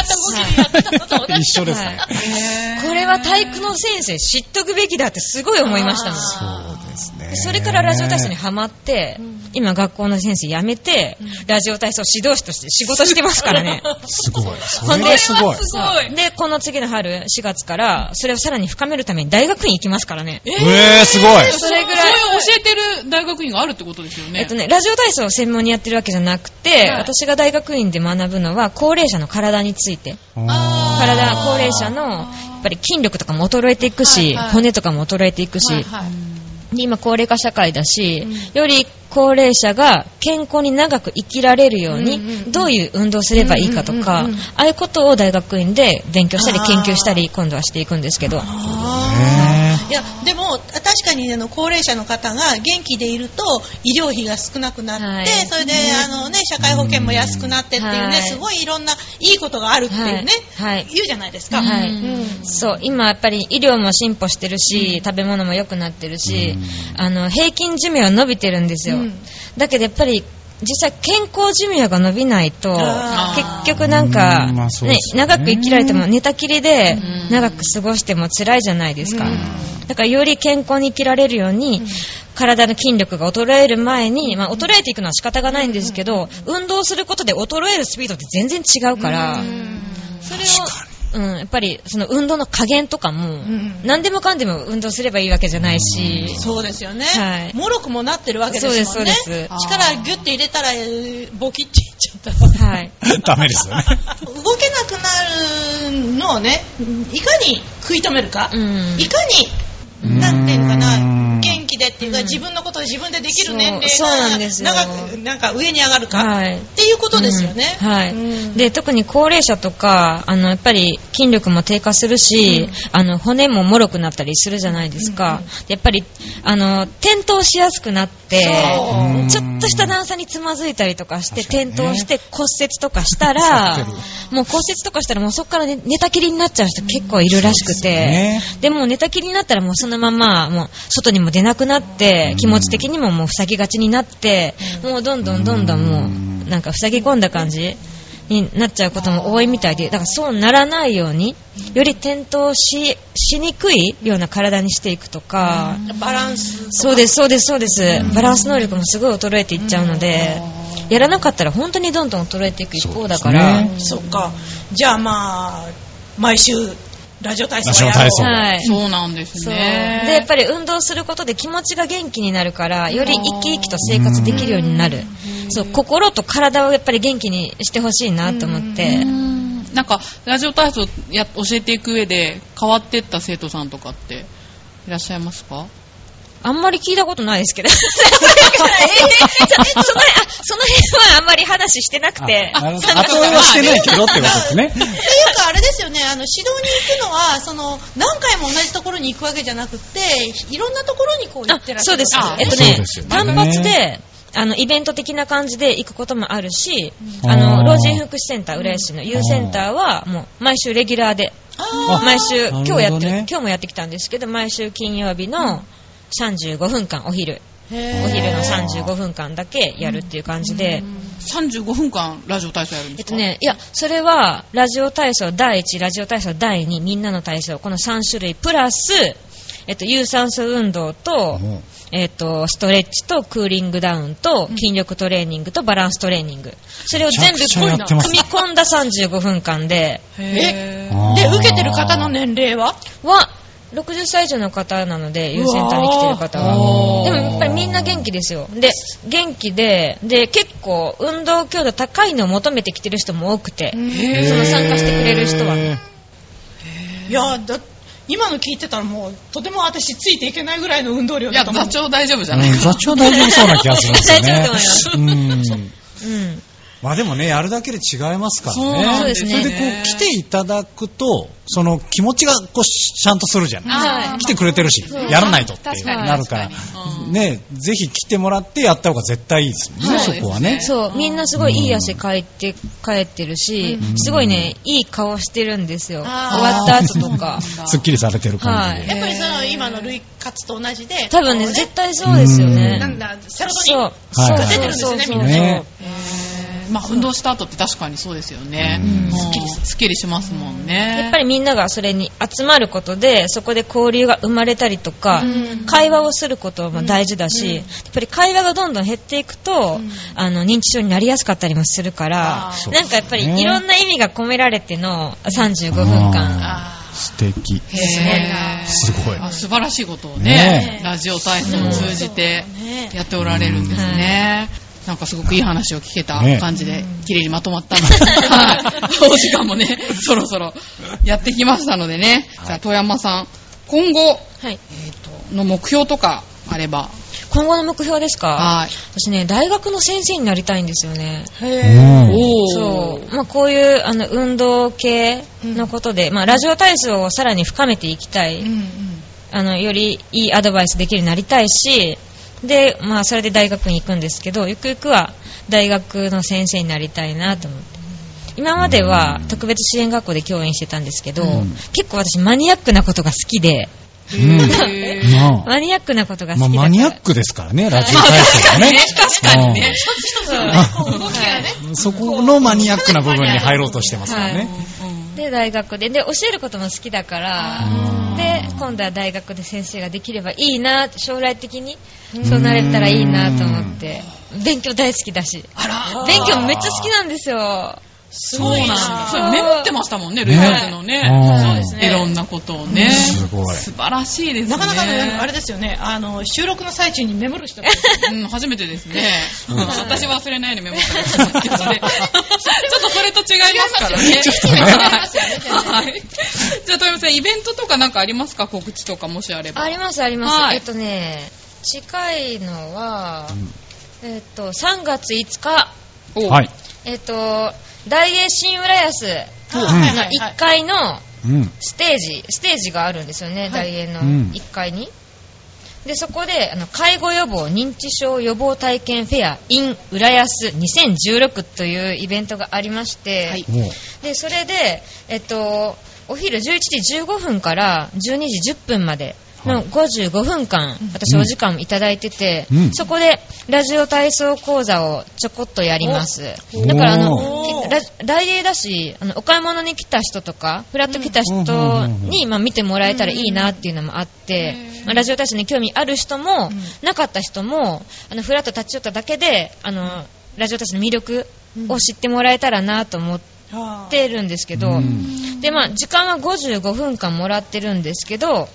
やってたのと同
ー
じ
一緒ですね。
はい、これは体育の先生知っとくべきだってすごい思いましたもん。
そうですね。
それからラジオ体操にハマって、今学校の先生辞めて、ラジオ体操指導士として仕事してますからね。
すごい。それ はすごい。
そうで、この次の春、4月から、それをさらに深めるために大学院行きますからね。
えー、すごい。
それぐらい
そうそういう教えてる大学院があるってことですよね。
えっとね、ラジオ体操を専門にやってるわけじゃなくて、
はい
私が大学院で学ぶのは高齢者の体について
あー
体高齢者のやっぱり筋力とかも衰えていくし、
はいはい
骨とかも衰えていくし、
はい
で今高齢化社会だし、より高齢者が健康に長く生きられるように、どういう運動すればいいかとか、ああいうことを大学院で勉強したり研究したり今度はしていくんですけど
ね
いやでも確かにあの高齢者の方が元気でいると医療費が少なくなって、
はい
それで、あのね、社会保険も安くなってっていうね、
はい
すごいいろんないいことがあるっていうね、
はいはい
言うじゃないですか、
はい
うん
そう今やっぱり医療も進歩してるし、食べ物も良くなってるし、あの平均寿命は伸びてるんですよ、だけどやっぱり実際健康寿命が伸びないと
あー
結局なんか、
うんまあ
ね
そうですよね
長く生きられても寝たきりで長く過ごしても辛いじゃないですか、だからより健康に生きられるように、体の筋力が衰える前に、まあ、衰えていくのは仕方がないんですけど、運動することで衰えるスピードって全然違うから、それを、うん、やっぱりその運動の加減とかも、何でもかんでも運動すればいいわけじゃないし、
そうですよね、
はい
もろくもなってるわけですもんね
そうですそうです
力ギュッて入れたらえーボキッていっちゃったら
はい。
ダメですよね。
動けなくなるのをねいかに食い止めるか、
うん
いかになんていうのか
うん
な元気でっていうか、自分のことを自分でできる年齢が
そうそうなんですよ
長くなんか上に上がるか、
はい
っていうことですよね、
うんはい、
うん
で特に高齢者とかあのやっぱり筋力も低下するし、あの骨ももろくなったりするじゃないですか、でやっぱりあの転倒しやすくなって
うん
ちょっとした段差につまずいたりとかして
確かに
転
ね
倒して骨折とかした らもう骨折とかしたらもうそこから、ね、寝たきりになっちゃう人結構いるらしくて、
ね
でも寝たきりになったらもうそのままもう外にも出なくなって気持ち的にももう塞ぎがちになってもうどんどんどんどんもうなんか塞ぎ込んだ感じになっちゃうことも多いみたいでだからそうならないようにより転倒ししにくいような体にしていくとか
バランス
そうですそうですそうですバランス能力もすごい衰えていっちゃうのでやらなかったら本当にどんどん衰えていく一方だから
そうですね
そっかじゃあまあ毎週ラジオ体
ラジ
操
オ
はやろ
体
う
操
はい。
そうなんです
そう。で、
ね。
やっぱり運動することで気持ちが元気になるから、より生き生きと生活できるようになる。そう、心と体をやっぱり元気にしてほしいなと思って。
なんか、ラジオ体操や教えていく上で、変わってった生徒さんとかって、いらっしゃいますか
あんまり聞いたことない ですけど。えーそその辺あその辺はあんまり話してなくて。
あなるほど後追いはしてないけどってことです ね。
っていうか、あれですよね、あの指導に行くのは、その何回も同じところに行くわけじゃなくて、いろんなところにこう行ってら
あ
っしゃ
そう
る
です
あ。
えっと
そう
ね
ですよね
単発で、あの、イベント的な感じで行くこともあるし、
うん
あ
あー
の、老人福祉センター、浦安市の U センターは、もう、毎週レギュラーで、
あ
毎週、
な
今
るほどね
日やってる、今日もやってきたんですけど、毎週金曜日の35分間、お昼、
ーへー
お昼の35分間だけやるっていう感じで、
?35 分間ラジオ体操やるん
え
です
っ
か
とね、いや、それは、ラジオ体操第1、ラジオ体操第2、みんなの体操、この3種類、プラス、えっと、有酸素運動と、えっと、ストレッチとクーリングダウンと筋力トレーニングとバランストレーニング。それを全部
めちゃくちゃ
組
や
み
ってます
込んだ35分間で、
へー
あー
で、受けてる方の年齢は
は、60歳以上の方なので、優先ターに来てる方
うわー
は。でもやっぱりみんな元気ですよ。で、元気で、で、結構運動強度高いのを求めてきてる人も多くて、その参加してくれる人はね。
いやだ今の聞いてたらもうとても私ついていけないぐらいの運動量
い
だ
や、
と思う
座長大丈夫じゃない
うん、座長大丈夫そうな気がするんですよね。うん。
うん。
まあでもね、やるだけで違いますからね。
そうなんです
ね
それでこう来ていただくと、その気持ちがこうしちゃんとするじゃない。
はい。
来てくれてるし、やらないとっていう
確かに
なるから
確かにう、ん
ね、ぜひ来てもらってやった方が絶対いいですもんね、
はい
そこはね。
そう、みんなすごいいい汗かいて、帰ってるし、すごいね、いい顔してるんですよ。終わった後と か。
すっきりされてる感じで。
やっぱりその今の類活と同じで
多分ね、絶対そうですよ
う
ね。
なんだセロトニ
そ
ン
う。
はい
そうそうそうそう。
ね
まあ、運動した後って確かにそうですよね。
うん
うんすっきりしますもんね。
やっぱりみんながそれに集まることで、そこで交流が生まれたりとか、会話をすることも大事だし、やっぱり会話がどんどん減っていくと、あの認知症になりやすかったりもするから
あ、
ー
なんかやっぱり
そうですね
いろんな意味が込められての35分間。
あー素敵。
すごいな
すごい。
あ素晴らしいことをね
ね
ラジオ体操を通じてやっておられるんですね。なんかすごくいい話を聞けた
ね
感じで、綺麗にまとまった ので、はい。お時間もね、そろそろやってきましたのでね。じゃあ、遠山さん、今後
はい、
の目標とかあれば、
今後の目標ですか
はい。
私ね、大学の先生になりたいんですよね。
うん
お
そ
ー。
う。まあ、こういう、あの、運動系のことで、まあ、ラジオ体操をさらに深めていきたい。
うんうん
あの、よりいいアドバイスできるようになりたいし、で、まあ、それで大学に行くんですけど、ゆくゆくは大学の先生になりたいなと思って。今までは特別支援学校で教員してたんですけど、結構私マニアックなことが好きで、
へ ー
まあ
マニアックなことが好き
まあ、
だから
マニアックですからね、ラジオ体操はね。確かにね。 そこのマニアックな部分に入ろうとしてますからね。
で、大学で、で、教えることも好きだから、
うん
で、今度は大学で先生ができればいいな、将来的に、そうなれたらいいなと思って、勉強大好きだし、勉強めっちゃ好きなんですよ。
すごいな。それメモってましたもんね、ル
ね
イマズのね
うん。
そうですねいろんなことをね。
すごい
素晴らしいですね。
なかなかねあれですよねあの収録の最中にメモる人が
うん、初めてですね。私忘れないようにメモしてますけどね。ちょ っとそれと違いますからね。ちょっとね。はい。じゃあ、富山さん、イベントとかなんかありますか告知とかもしあれば。
ありますあります、
はい
えっとね近いのは、えっと3月5日
おう
はい。。
えっと大英新浦安
はい
の1階の
うん。
ステージ、ステージがあるんですよね、大英の
うん
1階に、でそこであの介護予防認知症予防体験フェア in 浦安2016というイベントがありまして、
はい
もう。
でそれで、えっと、お昼11時15分から12時10分まで
は
の
い
55分間、私
うん
お時間いただいてて、
うん
そこでラジオ体操講座をちょこっとやります
お
だからあ
お
の
ー
ラ大英だしあのお買い物に来た人とかフラッと来た人に、まあ、見てもらえたらいいなっていうのもあって、まあラジオ体操に興味ある人も、なかった人もあのフラッと立ち寄っただけであのラジオ体操の魅力を知ってもらえたらなと思って。
はあ
ってるんですけど、
うん
で、まあ、時間は55分間もらってるんですけど、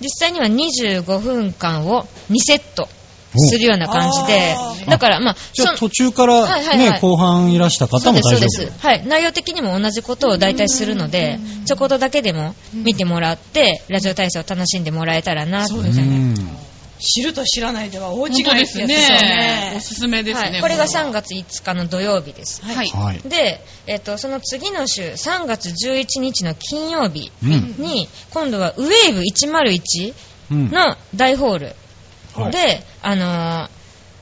実際には25分間を2セットするような感じで
おあ、ー
だから、まあ、
じゃあ途
そん
中から、ね
はいはいはい
後半いらした
そ
方
う
も
です、
大
そう
丈
です
夫。。
はい。内容的にも同じことを大体するので、ちょこっとだけでも見てもらって、ラジオ体操を楽しんでもらえたらな、みたいな。
ん
知ると知らないでは大違
本
い
当です
ってやつですよ
ね。おすすめです
は
ね。
い。これが
は
3月5日の土曜日です。
はい。
はい。
で、えっと、その次の週、3月11日の金曜日
うん。
に、今度はウェーブ101
うん。
の大ホール
はい
で、あのー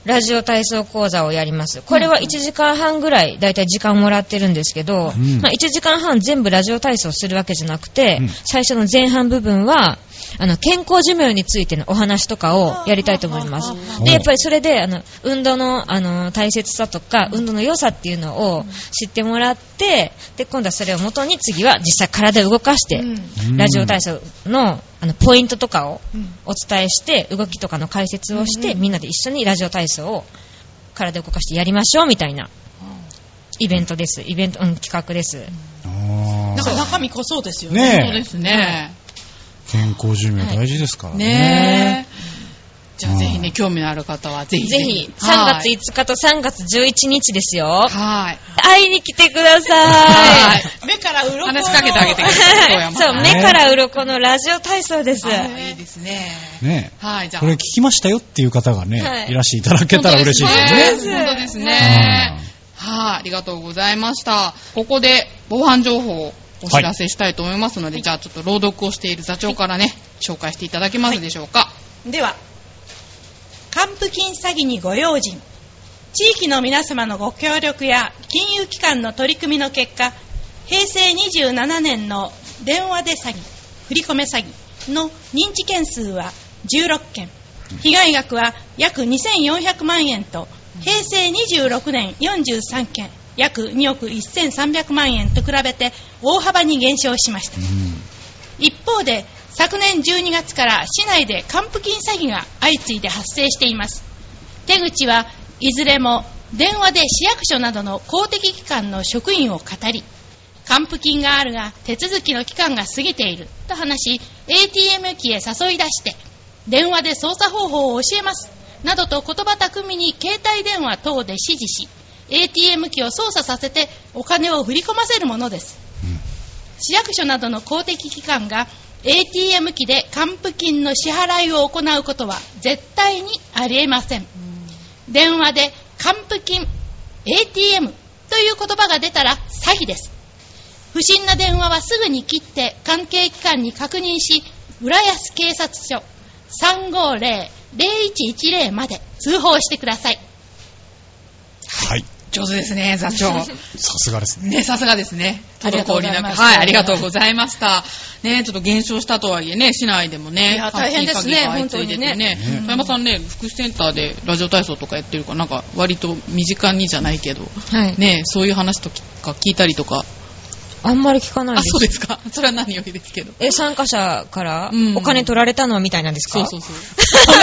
ラジオ体操講座をやります。これは1時間半ぐらい、だいたい時間をもらってるんですけど、
うん
まあ、1時間半全部ラジオ体操するわけじゃなくて、
うん
最初の前半部分は、あの、健康寿命についてのお話とかをやりたいと思います。
うん
で、やっぱりそれで、あの、運動の、あのー、大切さとか、運動の良さっていうのを知ってもらって、で、今度はそれを元に次は実際体を動かして、
うん
ラジオ体操の、あの、ポイントとかを
うん
お伝えして、動きとかの解説をして、みんなで一緒にラジオ体操を体を動かしてやりましょうみたいなイベントです。イベント、うん、企画です。
あ
なん
ー
か中身こそうですよね。
ね
そうですね。
健康寿命大事ですからね。
ねえ。じゃあぜひね、興味のある方はぜひ
ぜひ、3月
はい
5日と3月11日ですよ。
はい。
会いに来てくださ。
はいい。
目から鱗の
話しかけてあげてください、遠山
そ
さ
う、
ん。
目から鱗のラジオ体操です。
あいいですね。
ね
はい、じゃあ。
これ聞きましたよっていう方がね、
はい
い、らしていただけたら嬉しいですね。
ですね。本当ですね。はい、ありがとうございました。ここで防犯情報をお知らせしたいと思いますので、じゃあちょっと朗読をしている座長からね、紹介していただけますでしょうか。
では還付金詐欺にご用心地域の皆様のご協力や金融機関の取り組みの結果平成27年の電話で詐欺振り込め詐欺の認知件数は16件被害額は約2400万円と平成26年43件約2億1300万円と比べて大幅に減少しました一方で昨年12月から市内で還付金詐欺が相次いで発生しています手口はいずれも電話で市役所などの公的機関の職員を語り還付金があるが手続きの期間が過ぎていると話し ATM 機へ誘い出して電話で操作方法を教えますなどと言葉巧みに携帯電話等で指示し ATM 機を操作させてお金を振り込ませるものです市役所などの公的機関が ATM 機で還付金の支払いを行うことは絶対にありえません電話で還付金 ATM という言葉が出たら詐欺です不審な電話はすぐに切って関係機関に確認し浦安警察署350-0110まで通報してください
はい。
上手ですね、座 長。
さすがですね。
ね、さすがですね。
ありがとうございま
く。
した
はい、ありがとうございました。ね、ちょっと減少したとはいえね、市内でもね、
いや
換気
大変ですね
鍵が相次いでてね。
本当にね
富山さんね、福祉センターでラジオ体操とかやってるから、なんか割と身近にじゃないけど、
はい。
ね、そういう話とか聞いたりとか、
あんまり聞かないで
あ、
す
そうですか。それは何よりですけど。
え、参加者から
うん
お金取られたのはみたいなんです
そ
か
うそうそう。
そ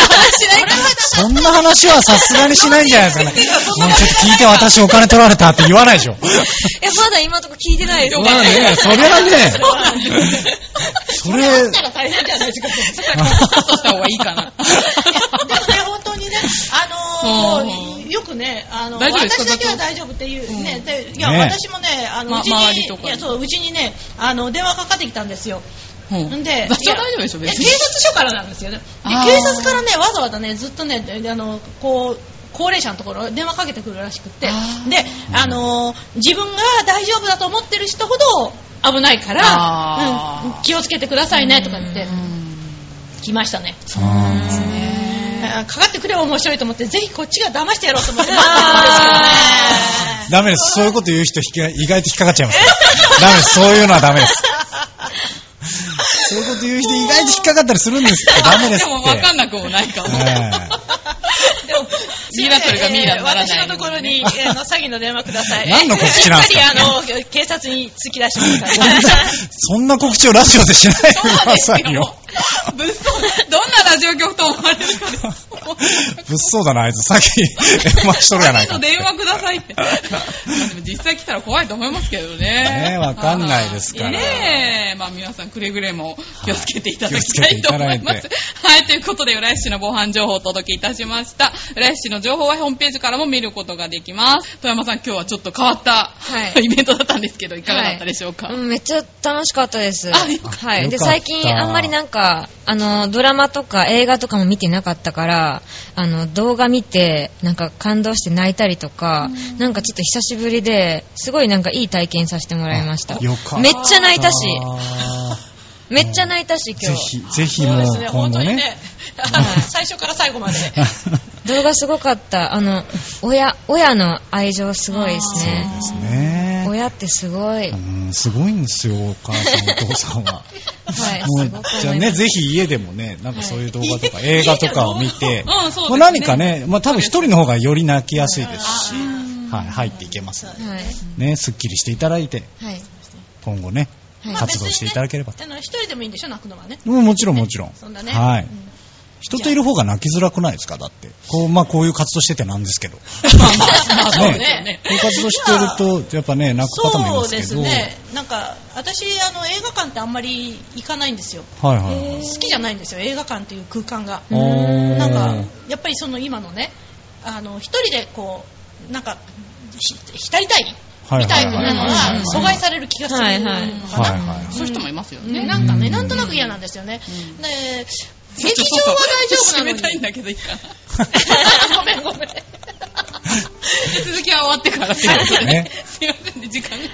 んな話はさすがにしないんじゃない ですかね。もうちょっと聞いて私お金取られたって言わないでしょ。
え、まだ今のとこ聞いてないです
まあね、そりゃね。それ、
大変じゃないですか
カットした方がいいかな。
でもね、本当にね、あの
う
ー、よくね、あの、
大丈夫ですか
私だけは大丈夫っていう、ね、でいや、
ね
私もね、あの、
ま
うちに、
周りとかに
いや、そう、うちにね、あの、電話かかってきたんですよ。
うん
んで、
座長
いや
大丈夫でしょ、
いや
別
警
に。
察署からなんですよね。で
あー
警察からね、わざわざね、ずっとね、であの、こう、高齢者のところ電話かけてくるらしくって
あー
で、あのー自分が大丈夫だと思ってる人ほど危ないか
あ
ら、
ー
うん気をつけてくださいねとか言って来ましたね。
うん
あーかかってくれば面白いと思って、ぜひこっちが騙してやろうと思って待ってたんですけどね。
ダメです。そういうこと言う人引き意外と引っかかっちゃいます。ダメです。そういうのはダメです。そういうこと言う人意外と引っかかったりするんですけど、ダメです
で
って。
も分かんなくもないかも。
ええ
でも
ミイラ取りがミイラにならない
私のところに、あの、詐欺の電話ください。
何の告知なんですか
しっかり、あの、警察に突き出しました
そんな告知をラジオでしないでくださいよ。
物騒どんなラジオ局と思われるかで
物騒だな、あいつ。さっき、電話しとるやないか。
と
ね
電話くださ いって。まあでも実際来たら怖いと思いますけどね。
え、わかんないですから。
ねえ、まあ皆さんくれぐれも気をつけていただ
はい
きたいと思いま
気をつけていただい
す
て。
はい、ということで、浦安市の防犯情報をお届けいたしました。浦安市の情報はホームページからも見ることができます。富山さん、今日はちょっと変わった、
はい
イベントだったんですけど、いかがだったでしょうか、
うんめっちゃ楽しかったです。
あよか
った
はい。で、
よかった
最近あんまりなんか、あの、ドラマとか映画とかも見てなかったから、あの、動画見て、なんか感動して泣いたりとか、なんかちょっと久しぶりで、すごいなんかいい体験させてもらいました。
あよかった
めっちゃ泣いたし、
あ
めっちゃ泣いたし、
ー
今
ぜ
日。
ひ、ぜひ
そう
もう
ですね、
今
本当
度
にね
ね。、
あの最初から最後まで。
動画すごかった。あの、親、親の愛情すごいですね。
です ね。
親ってすごい。はい。
うん、すごいんですよ、お母さん、お父さんは。
す
もう
ごく思います
じゃあね、ぜひ家でもね、なんかそういう動画とか映画とかを見て、
うんそうですね
もう何かね、まあ多分一人の方がより泣きやすいですし、はい、入っていけますんで
はい。
ね、すっきりしていただいて、
はい。
今後ね、
はい
活動していただければと。
あの一人でもいいんでしょ泣くのはね
もうもちろんもちろん。
そんなね
はい。人といる方が泣きづらくないですかだって。こう、まあこういう活動しててなんですけど。
そうね
ね。こういう活動してると、やっぱね、泣く方もいま
そう
すけ
で
ど。
すねなんか私あの映画館ってあんまり行かないんですよ
はいはいはい。
好きじゃないんですよ映画館っていう空間が
おー
なんかやっぱりその今のねあの一人でこうなんかひ浸りたい
はい
みたいなの
はいはいはい
が阻害される気がするのか
はい
な
はいはい。
そういう人もいますよね。
ねなんかねなんとなく嫌なんですよね
うん
で
ちょっ
劇
と
場は大丈夫な の
閉め
に
たいんだけど、いいかな。
ごめんごめん
続きは終わってからすいませんね。 すいませんね、時間が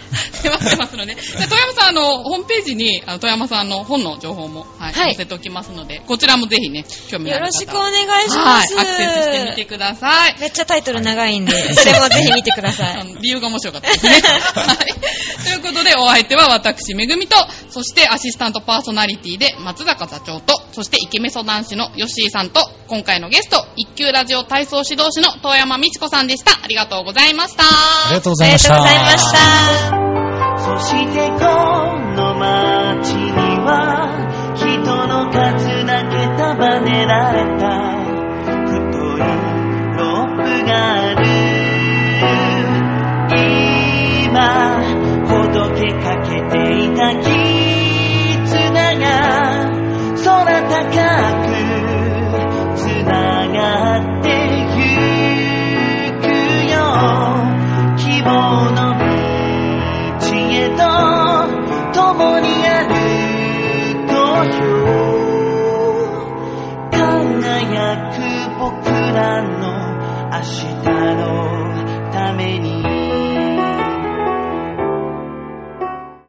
迫ってますので。じゃあ富山さん、あの、ホームページに、あの富山さんの本の情報も、はい、
はい
載せておきますので、こちらもぜひね、興味のあ
よ
る
ろしく
方
お
は
願いします。
はい、アクセスしてみてください。
めっちゃタイトル長いんで、それもぜひ見てくださ
あ
い。
の理由が面白かったですね。はい。ということで、お相手は私、めぐみと、そしてアシスタントパーソナリティで松坂座長と、そしてイケメソ男子のヨッシーさんと、今回のゲスト、一級ラジオ体操指導士の遠山美智子さんでした。ありがとうございました。
ありがとうご
あ
ざい
り
まし
がと
た。
うございました。
そしてこの街には人の数だけ束ねられた太いロープがある今ほどけかけていた絆が空高くつながって